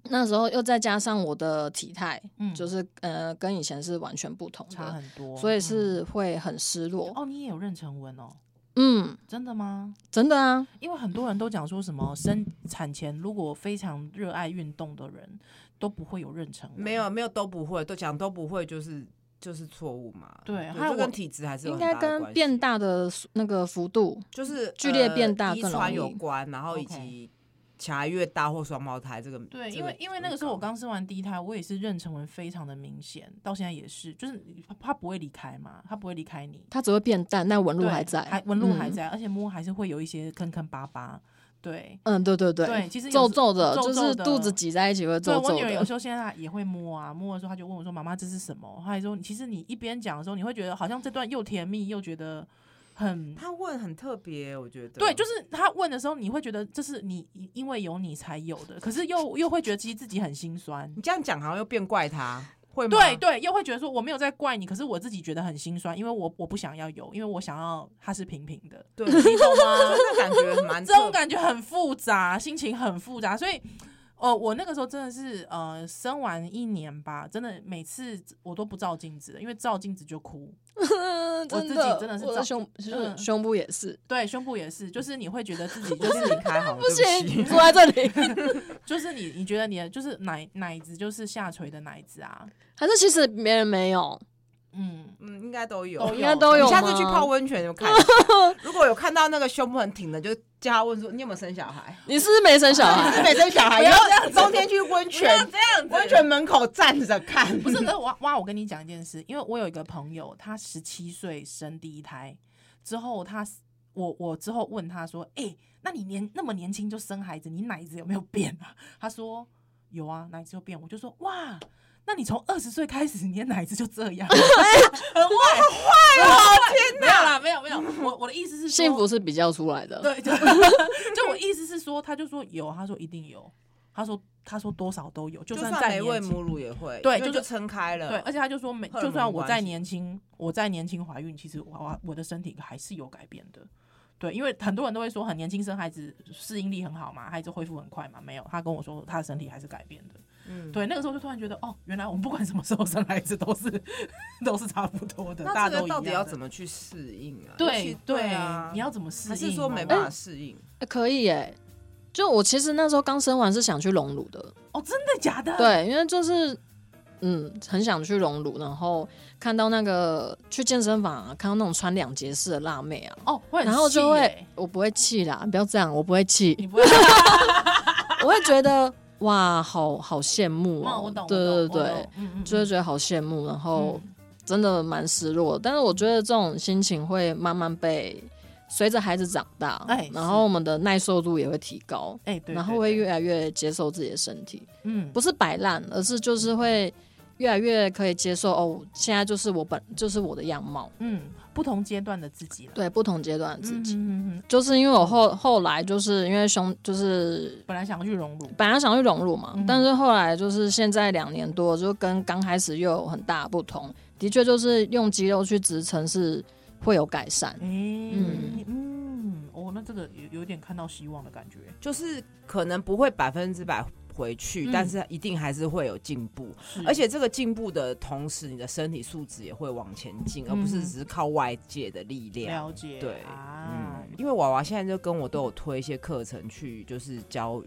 [SPEAKER 3] 那时候又再加上我的体态，
[SPEAKER 1] 嗯
[SPEAKER 3] 就是呃跟以前是完全不同
[SPEAKER 1] 哼，差
[SPEAKER 3] 的，
[SPEAKER 1] 很多，
[SPEAKER 3] 所以
[SPEAKER 1] 嗯
[SPEAKER 3] 是会很失落。
[SPEAKER 1] 哦，你也有妊娠纹哦，
[SPEAKER 3] 嗯，
[SPEAKER 1] 真的吗？
[SPEAKER 3] 真的啊，
[SPEAKER 1] 因为很多人都讲说什么生产前如果非常热爱运动的人都不会有妊娠纹，
[SPEAKER 2] 没有没有都不会，都讲都不会，就是就是错误嘛。
[SPEAKER 1] 对还有
[SPEAKER 2] 这
[SPEAKER 1] 我
[SPEAKER 2] 跟体质还是有
[SPEAKER 3] 应
[SPEAKER 2] 很
[SPEAKER 3] 该
[SPEAKER 2] 大的
[SPEAKER 3] 跟
[SPEAKER 2] 关
[SPEAKER 3] 变
[SPEAKER 2] 系
[SPEAKER 3] 大的速那个幅度，
[SPEAKER 2] 就是
[SPEAKER 3] 剧烈
[SPEAKER 2] 呃
[SPEAKER 3] 变大
[SPEAKER 2] 遗
[SPEAKER 3] 更容
[SPEAKER 2] 传有
[SPEAKER 3] 易
[SPEAKER 2] 关，然后以
[SPEAKER 1] OK
[SPEAKER 2] 及小孩越大或双胞胎这个
[SPEAKER 1] 对，
[SPEAKER 2] 这
[SPEAKER 1] 因为因为那个时候我刚生完第一胎，我也是妊娠纹非常的明显，到现在也是，就是它它不会离开嘛，它不会离开你，
[SPEAKER 3] 它只会变淡，但纹路
[SPEAKER 1] 对
[SPEAKER 3] 还在，
[SPEAKER 1] 还纹路还
[SPEAKER 3] 嗯。
[SPEAKER 1] 在，而且摸还是会有一些坑坑巴巴，对。
[SPEAKER 3] 嗯，对对对，
[SPEAKER 1] 对其实有
[SPEAKER 3] 皱
[SPEAKER 1] 时
[SPEAKER 3] 皱的，
[SPEAKER 1] 皱
[SPEAKER 3] 就
[SPEAKER 1] 皱
[SPEAKER 3] 是
[SPEAKER 1] 的
[SPEAKER 3] 肚子挤在一起会
[SPEAKER 1] 对
[SPEAKER 3] 皱
[SPEAKER 1] 我
[SPEAKER 3] 皱
[SPEAKER 1] 女儿有
[SPEAKER 3] 的
[SPEAKER 1] 时。候现在也会摸啊，摸的时候她就问我说：“妈妈，这是什么？”她还说：“其实你一边讲的时候，你会觉得好像这段又甜蜜又觉得很
[SPEAKER 2] 他问很特别，我觉得
[SPEAKER 1] 对，就是他问的时候，你会觉得这是你因为有你才有的，可是又又会觉得其实自己很心酸。
[SPEAKER 2] 你这样讲好像又变怪他，会吗？
[SPEAKER 1] 对对，又会觉得说我没有在怪你，可是我自己觉得很心酸，因为我我不想要有，因为我想要它是平平的，
[SPEAKER 2] 对，你懂吗？就那感觉蛮
[SPEAKER 1] 这种
[SPEAKER 2] 特
[SPEAKER 1] 感觉很复杂，心情很复杂，所以。哦，我那个时候真的是，呃，生完一年吧，真的每次我都不照镜子，因为照镜子就哭。
[SPEAKER 3] 嗯，
[SPEAKER 1] 我
[SPEAKER 3] 真
[SPEAKER 1] 自己
[SPEAKER 3] 的，
[SPEAKER 1] 真的是
[SPEAKER 3] 我
[SPEAKER 1] 照
[SPEAKER 3] 的胸
[SPEAKER 1] 嗯
[SPEAKER 3] 胸胸部也是，
[SPEAKER 1] 对，胸部也是，就是你会觉得自己就
[SPEAKER 2] 就是是 离开 好了，
[SPEAKER 3] 不
[SPEAKER 2] 对不
[SPEAKER 3] 行，
[SPEAKER 2] 起。
[SPEAKER 3] 坐在这里，
[SPEAKER 1] 就是你你觉得你的就是奶奶子就是下垂的奶子啊，
[SPEAKER 3] 还是其实别人没有，
[SPEAKER 1] 嗯，
[SPEAKER 2] 嗯，应该都有。
[SPEAKER 1] 都
[SPEAKER 3] 应该都有
[SPEAKER 2] 你
[SPEAKER 3] 吗。
[SPEAKER 2] 下次去泡温泉 有看，如果有看到那个胸部很挺的，就叫他问说你有没有生小孩？
[SPEAKER 3] 你是不是没生小
[SPEAKER 2] 你是
[SPEAKER 3] 孩？
[SPEAKER 2] 没生小孩，
[SPEAKER 1] 不
[SPEAKER 2] 以
[SPEAKER 1] 要
[SPEAKER 2] 后
[SPEAKER 1] 这样子
[SPEAKER 2] 冬天去温泉，这样温泉门口站着看，
[SPEAKER 1] 不是，那哇哇！我跟你讲一件事，因为我有一个朋友，他十七岁生第一胎之后他，我我之后问他说：“哎、那你年那么年轻就生孩子，你奶子有没有变啊？”他说：“有啊，奶子有变。”我就说：“哇，那你从二十岁开始，你的奶子就这样，很坏，坏哦！天哪，没有啦，没有没有，我我的意思是说
[SPEAKER 3] 幸福是比较出来的，
[SPEAKER 1] 对，就就我意思是说，他就说有，他说一定有，他说他说多少都有，就
[SPEAKER 2] 就
[SPEAKER 1] 算
[SPEAKER 2] 算
[SPEAKER 1] 再
[SPEAKER 2] 没喂
[SPEAKER 1] 年轻。”
[SPEAKER 2] 母乳也会，
[SPEAKER 1] 对
[SPEAKER 2] 因为
[SPEAKER 1] 就是
[SPEAKER 2] 就撑开了。
[SPEAKER 1] 对，而且他就说没，
[SPEAKER 2] 荷尔
[SPEAKER 1] 就算
[SPEAKER 2] 蒙
[SPEAKER 1] 我
[SPEAKER 2] 关
[SPEAKER 1] 再
[SPEAKER 2] 系
[SPEAKER 1] 年轻，我再年轻怀孕，其实我我我的身体还是有改变的。对，因为很多人都会说很年轻生孩子适应力很好嘛，孩子恢复很快嘛，没有，他跟我说他的身体还是改变的。
[SPEAKER 2] 嗯，
[SPEAKER 1] 对，那个时候就突然觉得，哦，原来我们不管什么时候生孩子都是 都是差不多的，大家
[SPEAKER 2] 那这
[SPEAKER 1] 都
[SPEAKER 2] 个
[SPEAKER 1] 一
[SPEAKER 2] 到底
[SPEAKER 1] 样
[SPEAKER 2] 要
[SPEAKER 1] 的
[SPEAKER 2] 怎么去适应啊？尤
[SPEAKER 1] 对
[SPEAKER 2] 其对啊，
[SPEAKER 1] 你要怎么适应
[SPEAKER 2] 还
[SPEAKER 1] 哦？
[SPEAKER 2] 是说没办法适应？
[SPEAKER 3] 欸可以耶、就我其实那时候刚生完是想去隆乳的，
[SPEAKER 1] 哦，真的假的？，
[SPEAKER 3] 对，因为就是嗯很想去隆乳，然后看到那个去健身房、啊、看到那种穿两节式的辣妹啊，
[SPEAKER 1] 哦，会很
[SPEAKER 3] 然后
[SPEAKER 1] 细
[SPEAKER 3] 就会
[SPEAKER 1] 耶
[SPEAKER 3] 我不会气啦，不要这样，我不会气，
[SPEAKER 1] 你不会
[SPEAKER 3] 我会觉得哇，好好羡 慕
[SPEAKER 1] 哦，
[SPEAKER 3] 哦、
[SPEAKER 1] 我懂，我
[SPEAKER 3] 对对
[SPEAKER 1] 懂我
[SPEAKER 3] 对
[SPEAKER 1] 懂，嗯嗯，
[SPEAKER 3] 就会
[SPEAKER 1] 嗯
[SPEAKER 3] 觉得好羡慕，然后
[SPEAKER 1] 嗯
[SPEAKER 3] 真的蛮失落。但是我觉得这种心情会慢慢被随着孩子长大，
[SPEAKER 1] 哎
[SPEAKER 3] 然
[SPEAKER 1] 是
[SPEAKER 3] 后我们的耐受度也会提高，
[SPEAKER 1] 哎，对，
[SPEAKER 3] 然
[SPEAKER 1] 对
[SPEAKER 3] 后会
[SPEAKER 1] 对
[SPEAKER 3] 越来越接受自己的身体，
[SPEAKER 1] 嗯
[SPEAKER 3] 不是摆烂，而是就是会越来越可以接受哦，现在就是我本就是我的样貌，
[SPEAKER 1] 嗯不同阶段的自己了，
[SPEAKER 3] 对不同阶段的自己。
[SPEAKER 1] 嗯嗯嗯嗯
[SPEAKER 3] 就是因为我后后来就是因为胸就是
[SPEAKER 1] 嗯本来想去融入，
[SPEAKER 3] 本来想去融入嘛，
[SPEAKER 1] 嗯
[SPEAKER 3] 但是后来就是现在两年多，就跟刚开始又有很大的不同。的确，就是用肌肉去支撑是会有改善。
[SPEAKER 1] 哎，嗯，哦，那这个有有点看到希望的感觉，
[SPEAKER 2] 就是可能不会百分之百回去，
[SPEAKER 1] 嗯
[SPEAKER 2] 但是一定还是会有进步。
[SPEAKER 1] 是
[SPEAKER 2] 而且这个进步的同时，你的身体素质也会往前进，而不是
[SPEAKER 1] 嗯
[SPEAKER 2] 只是靠外界的力量。
[SPEAKER 1] 了解，
[SPEAKER 2] 对
[SPEAKER 1] 啊
[SPEAKER 2] 嗯，，因为娃娃现在就跟我都有推一些课程去，就是教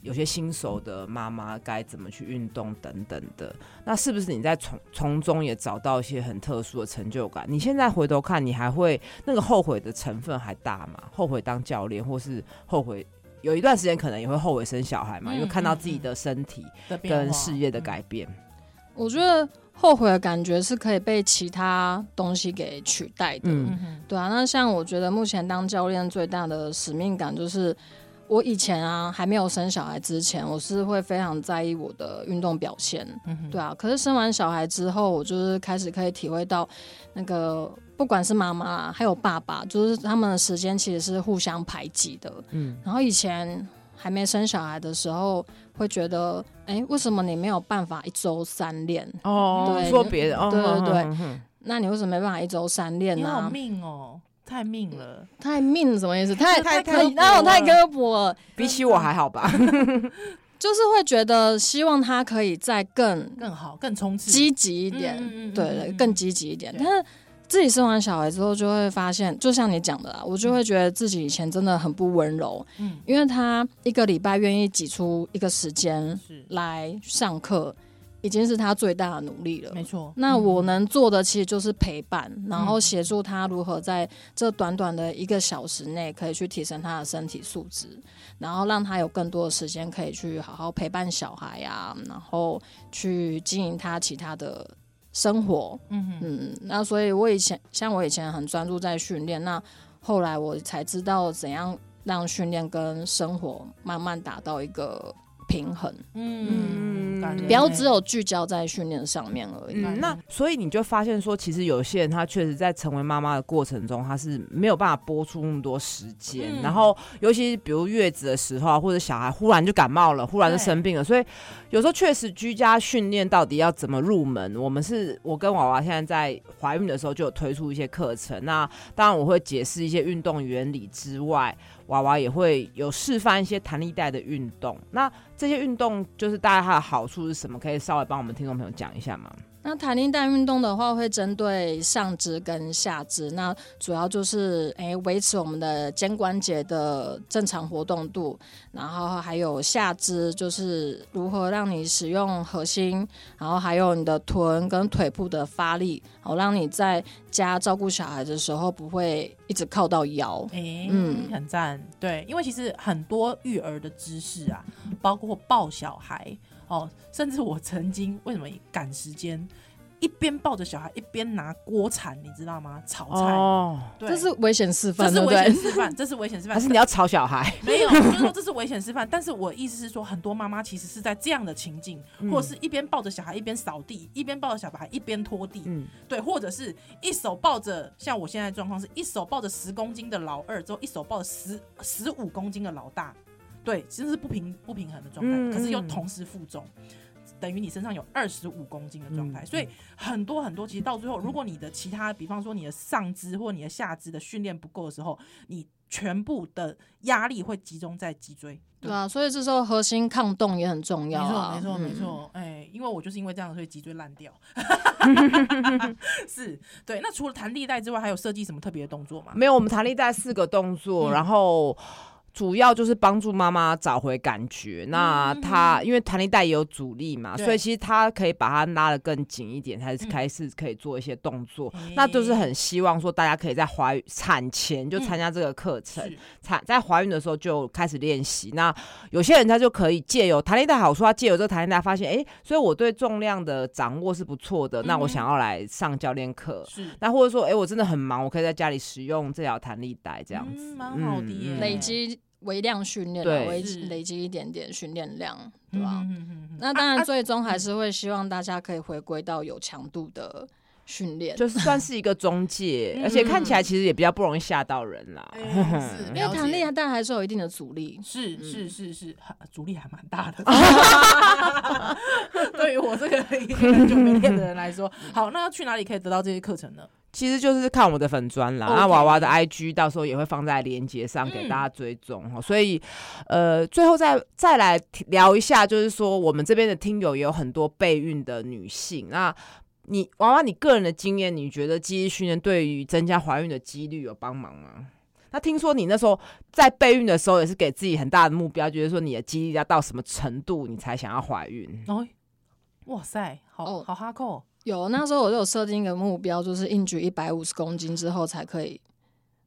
[SPEAKER 2] 有些新手的妈妈该怎么去运动等等的。那是不是你在从从中也找到一些很特殊的成就感？你现在回头看，你还会那个后悔的成分还大吗？后悔当教练，或是后悔有一段时间可能也会后悔生小孩嘛，
[SPEAKER 1] 嗯
[SPEAKER 2] 因为看到自己的身体
[SPEAKER 1] 的变
[SPEAKER 2] 跟
[SPEAKER 1] 化
[SPEAKER 2] 事业的
[SPEAKER 1] 嗯
[SPEAKER 2] 改变。
[SPEAKER 3] 我觉得后悔的感觉是可以被其他东西给取代的。
[SPEAKER 2] 嗯
[SPEAKER 1] 嗯哼
[SPEAKER 3] 对啊，那像我觉得目前当教练最大的使命感就是，我以前啊还没有生小孩之前，我是会非常在意我的运动表现。
[SPEAKER 1] 嗯哼，
[SPEAKER 3] 对啊，可是生完小孩之后，我就是开始可以体会到，那个不管是妈妈啊还有爸爸，就是他们的时间其实是互相排挤的。
[SPEAKER 2] 嗯，
[SPEAKER 3] 然后以前还没生小孩的时候，会觉得，哎，为什么你没有办法一周三练？
[SPEAKER 2] 哦
[SPEAKER 3] 对
[SPEAKER 2] 说别人，哦
[SPEAKER 3] 对对对
[SPEAKER 2] 嗯嗯嗯
[SPEAKER 3] 那你为什么没办法一周三练
[SPEAKER 1] 你
[SPEAKER 3] 呢、啊
[SPEAKER 1] 好命哦，太命了，
[SPEAKER 3] 太命什么意思？太
[SPEAKER 2] 太
[SPEAKER 3] 太
[SPEAKER 1] 刻薄
[SPEAKER 3] 那我太
[SPEAKER 1] 了
[SPEAKER 3] 刻薄了，
[SPEAKER 2] 比起我还好吧？
[SPEAKER 3] 就是会觉得希望他可以再更
[SPEAKER 1] 更好，更冲刺，
[SPEAKER 3] 积极一
[SPEAKER 1] 嗯
[SPEAKER 3] 点。
[SPEAKER 1] 嗯嗯
[SPEAKER 3] 对
[SPEAKER 1] 嗯
[SPEAKER 3] 对，
[SPEAKER 1] 嗯
[SPEAKER 3] 更积极一点。
[SPEAKER 1] 对
[SPEAKER 3] 但是自己生完小孩之后，就会发现，就像你讲的啦，啊我就会觉得自己以前真的很不温柔，
[SPEAKER 1] 嗯
[SPEAKER 3] 因为他一个礼拜愿意挤出一个时间
[SPEAKER 1] 是
[SPEAKER 3] 来上课，已经是他最大的努力了
[SPEAKER 1] 没。错。
[SPEAKER 3] 那
[SPEAKER 1] 嗯
[SPEAKER 3] 我能做的其实就是陪伴，然后协助他如何在这短短的一个小时内，可以去提升他的身体素质，然后让他有更多的时间可以去好好陪伴小孩呀、然后去经营他其他的生活。
[SPEAKER 1] 嗯哼
[SPEAKER 3] 嗯，那所以我以前像我以前很专注在训练，那后来我才知道怎样让训练跟生活慢慢达到一个平衡，
[SPEAKER 1] 嗯，感觉
[SPEAKER 3] 不要只有聚焦在训练上面而已。
[SPEAKER 2] 嗯，那所以你就发现说，其实有些人他确实在成为妈妈的过程中，他是没有办法播出那么多时间，
[SPEAKER 1] 嗯
[SPEAKER 2] 然后尤其是比如月子的时候啊，或者小孩忽然就感冒了，忽然就生病了，所以有时候确实居家训练到底要怎么入门，我们是我跟娃娃现在在怀孕的时候就有推出一些课程，那当然我会解释一些运动原理之外，娃娃也会有示范一些弹力带的运动，那这些运动就是大概它的好处是什么，可以稍微帮我们听众朋友讲一下吗？
[SPEAKER 3] 那弹力带运动的话，会针对上肢跟下肢，那主要就是诶维持我们的肩关节的正常活动度，然后还有下肢就是如何让你使用核心，然后还有你的臀跟腿部的发力，好让你在家照顾小孩的时候不会一直靠到腰。
[SPEAKER 1] 诶，
[SPEAKER 3] 嗯
[SPEAKER 1] 很赞。对，因为其实很多育儿的知识啊，包括抱小孩哦，甚至我曾经为什么赶时间，一边抱着小孩一边拿锅铲，你知道吗？炒菜。
[SPEAKER 2] 哦，
[SPEAKER 1] 对，
[SPEAKER 3] 这是危险示
[SPEAKER 1] 这
[SPEAKER 3] 范，
[SPEAKER 1] 是
[SPEAKER 3] 对不
[SPEAKER 1] 危险
[SPEAKER 3] 对？
[SPEAKER 1] 示范，这是危险示
[SPEAKER 2] 还
[SPEAKER 1] 范
[SPEAKER 2] 是。你要吵 小孩？
[SPEAKER 1] 没有，就是说这是危险示范。但是我意思是说，很多妈妈其实是在这样的情境，或是一边抱着小孩一边扫地，一边抱着小孩一边拖地，
[SPEAKER 2] 嗯，
[SPEAKER 1] 对，或者是一手抱着，像我现在的状况是一手抱着十公斤的老二，之后一手抱着十十五公斤的老大，对，其实是不平不平衡的状态，
[SPEAKER 2] 嗯
[SPEAKER 1] 可是又
[SPEAKER 2] 嗯
[SPEAKER 1] 同时负重。等于你身上有二十五公斤的状态，
[SPEAKER 2] 嗯
[SPEAKER 1] 所以很多很多，其实到最后，如果你的其他，比方说你的上肢或你的下肢的训练不够的时候，你全部的压力会集中在脊椎。
[SPEAKER 3] 对啊，所以这时候核心抗动也很重要啊，
[SPEAKER 1] 没错，没错，没
[SPEAKER 3] 嗯
[SPEAKER 1] 错。哎、因为我就是因为这样，所以脊椎烂 掉。是对。那除了弹力带之外，还有设计什么特别的动作吗？
[SPEAKER 2] 没有，我们弹力带四个动作，
[SPEAKER 1] 嗯
[SPEAKER 2] 然后主要就是帮助妈妈找回感觉。那
[SPEAKER 1] 嗯
[SPEAKER 2] 她因为弹力带也有阻力嘛，
[SPEAKER 1] 对
[SPEAKER 2] 所以其实她可以把它拉得更紧一点，才
[SPEAKER 1] 嗯
[SPEAKER 2] 开始可以做一些动作。
[SPEAKER 1] 诶
[SPEAKER 2] 那就是
[SPEAKER 1] 哎
[SPEAKER 2] 很希望说大家可以在怀孕产前
[SPEAKER 1] 嗯
[SPEAKER 2] 就参加这个课程，
[SPEAKER 1] 是
[SPEAKER 2] 产在怀孕的时候就开始练习。那有些人他就可以借由弹力带好处，他借由这个弹力带发现，哎、所以我对重量的掌握是不错的。那
[SPEAKER 1] 嗯
[SPEAKER 2] 我
[SPEAKER 1] 哼
[SPEAKER 2] 想要来上教练课，
[SPEAKER 1] 是
[SPEAKER 2] 那或者说，哎、我真的很忙，我可以在家里使用这条弹力带这样子。
[SPEAKER 1] 嗯蛮好的耶
[SPEAKER 2] 嗯嗯
[SPEAKER 3] 累积微量训练啊，
[SPEAKER 2] 对
[SPEAKER 3] 累
[SPEAKER 1] 是
[SPEAKER 3] 累积一点点训练量，对
[SPEAKER 1] 嗯
[SPEAKER 3] 吧、
[SPEAKER 1] 嗯嗯嗯嗯
[SPEAKER 3] 那当
[SPEAKER 1] 啊
[SPEAKER 3] 然，
[SPEAKER 1] 啊
[SPEAKER 3] 最终还是会希望大家可以回归到有强度的训练。
[SPEAKER 2] 就是算是一个中介，
[SPEAKER 1] 嗯
[SPEAKER 2] 而且看起来其实也比较不容易吓到人啦。
[SPEAKER 1] 哎是
[SPEAKER 3] 因为
[SPEAKER 1] 了
[SPEAKER 3] 弹
[SPEAKER 1] 解
[SPEAKER 3] 力啊带还是有一定的阻力，
[SPEAKER 1] 是是
[SPEAKER 3] 嗯
[SPEAKER 1] 是是，哈阻力还蛮大 的。对于我这个已经很久没练的人来说，
[SPEAKER 3] 嗯
[SPEAKER 1] 好，那要去哪里可以得到这些课程呢？
[SPEAKER 2] 其实就是看我们的粉砖啦，那
[SPEAKER 1] OK
[SPEAKER 2] 娃娃的 IG 到时候也会放在链接上给
[SPEAKER 1] 嗯
[SPEAKER 2] 大家追踪哦。所以，呃，最后再再来聊一下，就是说我们这边的听友也有很多备孕的女性，那。你娃娃，你个人的经验，你觉得记忆训练对于增加怀孕的几率有帮忙吗？那听说你那时候在备孕的时候，也是给自己很大的目标，觉得说你的记忆要到什么程度，你才想要怀孕？
[SPEAKER 1] 哦，哇塞，好
[SPEAKER 3] 哦
[SPEAKER 1] 好哈扣，
[SPEAKER 3] 有那时候我就有设定一个目标，就是硬举一百五十公斤之后才可以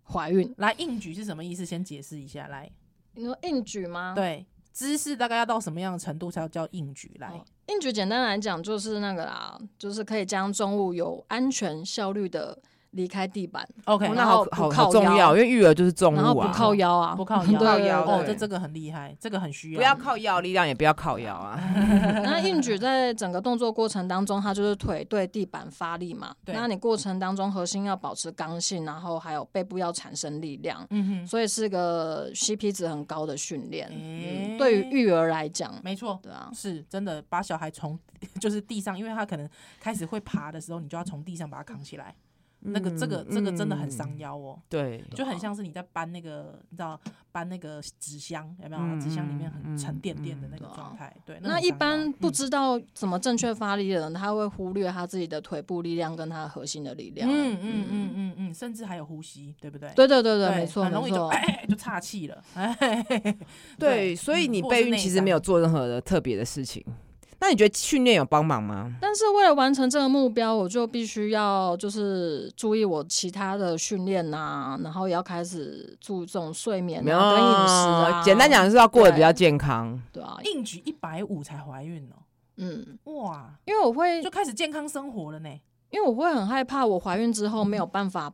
[SPEAKER 3] 怀孕。
[SPEAKER 1] 来硬举是什么意思？先解释一下，来，
[SPEAKER 3] 你说硬举吗？哦
[SPEAKER 1] 对，姿势大概要到什么样的程度才叫硬举？来，
[SPEAKER 3] 哦硬举简单来讲就是那个啦，就是可以将重物有安全效率的离开地板，
[SPEAKER 1] OK，
[SPEAKER 2] 哦
[SPEAKER 3] 然
[SPEAKER 2] 那好
[SPEAKER 3] 后不
[SPEAKER 2] 好好
[SPEAKER 3] 靠
[SPEAKER 2] 重
[SPEAKER 3] 腰
[SPEAKER 2] 要，因为育儿就是重
[SPEAKER 3] 然后
[SPEAKER 2] 物
[SPEAKER 3] 不
[SPEAKER 2] 啊，
[SPEAKER 3] 靠腰啊，
[SPEAKER 1] 不靠
[SPEAKER 3] 对
[SPEAKER 1] 腰，
[SPEAKER 2] 靠腰
[SPEAKER 1] 哦，
[SPEAKER 2] 对
[SPEAKER 1] 这这个很厉害，这个很需要，
[SPEAKER 2] 不要靠腰力量，也不要靠腰啊。
[SPEAKER 3] 那硬举在整个动作过程当中，它就是腿对地板发力嘛。
[SPEAKER 1] 对
[SPEAKER 3] 那你过程当中核心要保持刚性，然后还有背部要产生力量，
[SPEAKER 1] 嗯哼，
[SPEAKER 3] 所以是个 CP 值很高的训练。
[SPEAKER 1] 诶
[SPEAKER 3] 嗯，对于育儿来讲，
[SPEAKER 1] 没错。
[SPEAKER 3] 对啊，
[SPEAKER 1] 是真的，把小孩从就是地 上，因为他可能开始会爬的时候，你就要从地上把他扛起来。那个这个这个真的很伤腰哦，
[SPEAKER 2] 对，
[SPEAKER 1] 就很像是你在搬那个，你知道搬那个纸箱有没有？
[SPEAKER 2] 嗯
[SPEAKER 1] 纸箱里面
[SPEAKER 2] 嗯
[SPEAKER 1] 很沉甸甸的那个
[SPEAKER 3] 嗯
[SPEAKER 1] 状态，对。
[SPEAKER 3] 那
[SPEAKER 1] 很
[SPEAKER 3] 一
[SPEAKER 1] 伤腰
[SPEAKER 3] 般不
[SPEAKER 1] 嗯
[SPEAKER 3] 知道怎么正确发力的人，他会忽略他自己的腿部力量跟他核心的力量。
[SPEAKER 1] 嗯嗯嗯嗯嗯，甚至还有呼吸，对不对？
[SPEAKER 3] 对对对
[SPEAKER 1] 对
[SPEAKER 3] 对，没错
[SPEAKER 1] 很容
[SPEAKER 3] 没
[SPEAKER 1] 易就
[SPEAKER 3] 错。
[SPEAKER 1] 哎就岔气了。 哎
[SPEAKER 2] 对，所以
[SPEAKER 1] 嗯
[SPEAKER 2] 你
[SPEAKER 1] 或
[SPEAKER 2] 备
[SPEAKER 1] 是
[SPEAKER 2] 孕
[SPEAKER 1] 内
[SPEAKER 2] 其实没
[SPEAKER 1] 伤
[SPEAKER 2] 有做任何的特别的事情。那你觉得训练有帮忙吗？
[SPEAKER 3] 但是为了完成这个目标，我就必须要就是注意我其他的训练呐，然后也要开始注重睡眠
[SPEAKER 2] 没有，
[SPEAKER 3] 啊跟饮食啊。
[SPEAKER 2] 简单讲，就是要过得比
[SPEAKER 3] 对
[SPEAKER 2] 较健康。
[SPEAKER 3] 对啊，
[SPEAKER 1] 硬举一百五才怀孕哦，
[SPEAKER 3] 嗯，
[SPEAKER 1] 哇，
[SPEAKER 3] 因为我会
[SPEAKER 1] 就，开始健康生活了呢。
[SPEAKER 3] 因为我会很害怕我怀孕之后没有办法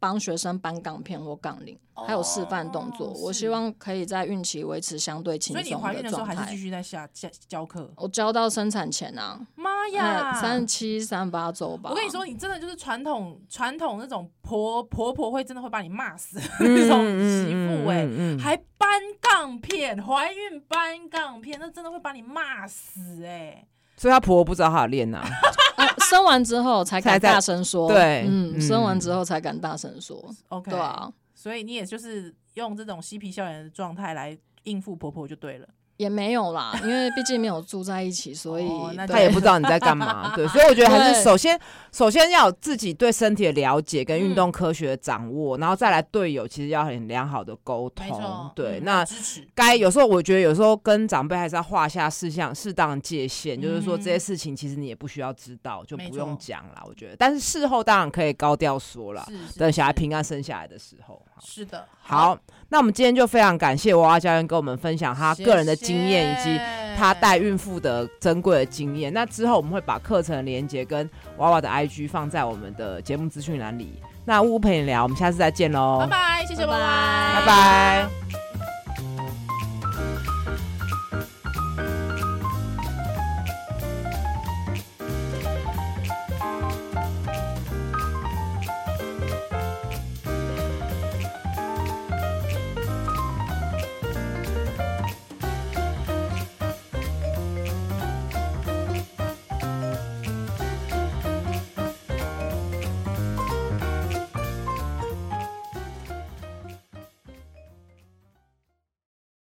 [SPEAKER 3] 帮学生搬杠片或杠铃，还有示范动作。
[SPEAKER 1] 哦
[SPEAKER 3] 我
[SPEAKER 1] 是
[SPEAKER 3] 希望可以在孕期维持相对轻
[SPEAKER 1] 所以你
[SPEAKER 3] 松
[SPEAKER 1] 怀孕的时候
[SPEAKER 3] 状
[SPEAKER 1] 还是
[SPEAKER 3] 态
[SPEAKER 1] 继。续在下下教课？
[SPEAKER 3] 我教到生产前啊，
[SPEAKER 1] 妈哎呀，
[SPEAKER 3] 三十七、三八周吧。
[SPEAKER 1] 我跟你说，，你真的就是传统传统那种婆婆婆会真的会把你骂死
[SPEAKER 3] 嗯
[SPEAKER 1] 那种媳妇哎、
[SPEAKER 2] 嗯嗯
[SPEAKER 1] 还搬杠片，怀孕搬杠片，那真的会把你骂死哎、
[SPEAKER 2] 所以她婆婆不知道她有练呐。
[SPEAKER 3] 啊、生完之后才
[SPEAKER 2] 才
[SPEAKER 3] 敢
[SPEAKER 2] 在
[SPEAKER 3] 大声说，
[SPEAKER 2] 对嗯
[SPEAKER 3] 嗯，生完之后才敢大声说，
[SPEAKER 1] OK，
[SPEAKER 3] 对啊，
[SPEAKER 1] 所以你也就是用这种嬉皮笑脸的状态来应付婆婆就对了。
[SPEAKER 3] 也没有啦，因为毕竟没有住在一起，所以
[SPEAKER 1] 哦那就
[SPEAKER 2] 她也
[SPEAKER 3] 对啊
[SPEAKER 2] 不知道你在干 嘛，对，所以我觉得还是
[SPEAKER 3] 对
[SPEAKER 2] 首先，首先要有自己对身体的了解跟
[SPEAKER 1] 嗯
[SPEAKER 2] 运动科学的掌握，然后再来队友其实要很良好的沟
[SPEAKER 1] 没
[SPEAKER 2] 通
[SPEAKER 1] 错，，
[SPEAKER 2] 对，
[SPEAKER 1] 嗯
[SPEAKER 2] 那
[SPEAKER 1] 支持
[SPEAKER 2] 该有时候我觉得有时候跟长辈还是要划下事项适当的界限，就是说
[SPEAKER 1] 嗯
[SPEAKER 2] 这些事情其实你也不需要知道，就
[SPEAKER 1] 没
[SPEAKER 2] 不
[SPEAKER 1] 错
[SPEAKER 2] 用讲啦。我觉得，但是事后当然可以高调说啦，
[SPEAKER 1] 是是
[SPEAKER 2] 等小孩
[SPEAKER 1] 是
[SPEAKER 2] 平安生下来的时候。
[SPEAKER 1] 是的，
[SPEAKER 2] 好，那我们今天就非常感谢娃娃教练跟我们分享他
[SPEAKER 1] 谢
[SPEAKER 2] 个人的经验以及
[SPEAKER 1] 谢
[SPEAKER 2] 他带孕妇的珍贵的经验。那之后我们会把课程连接跟娃娃的 IG 放在我们的节目资讯栏里。那呜呜陪你聊，我们下次再见喽，
[SPEAKER 1] 拜拜，谢谢，
[SPEAKER 3] 拜
[SPEAKER 1] 拜
[SPEAKER 2] 拜拜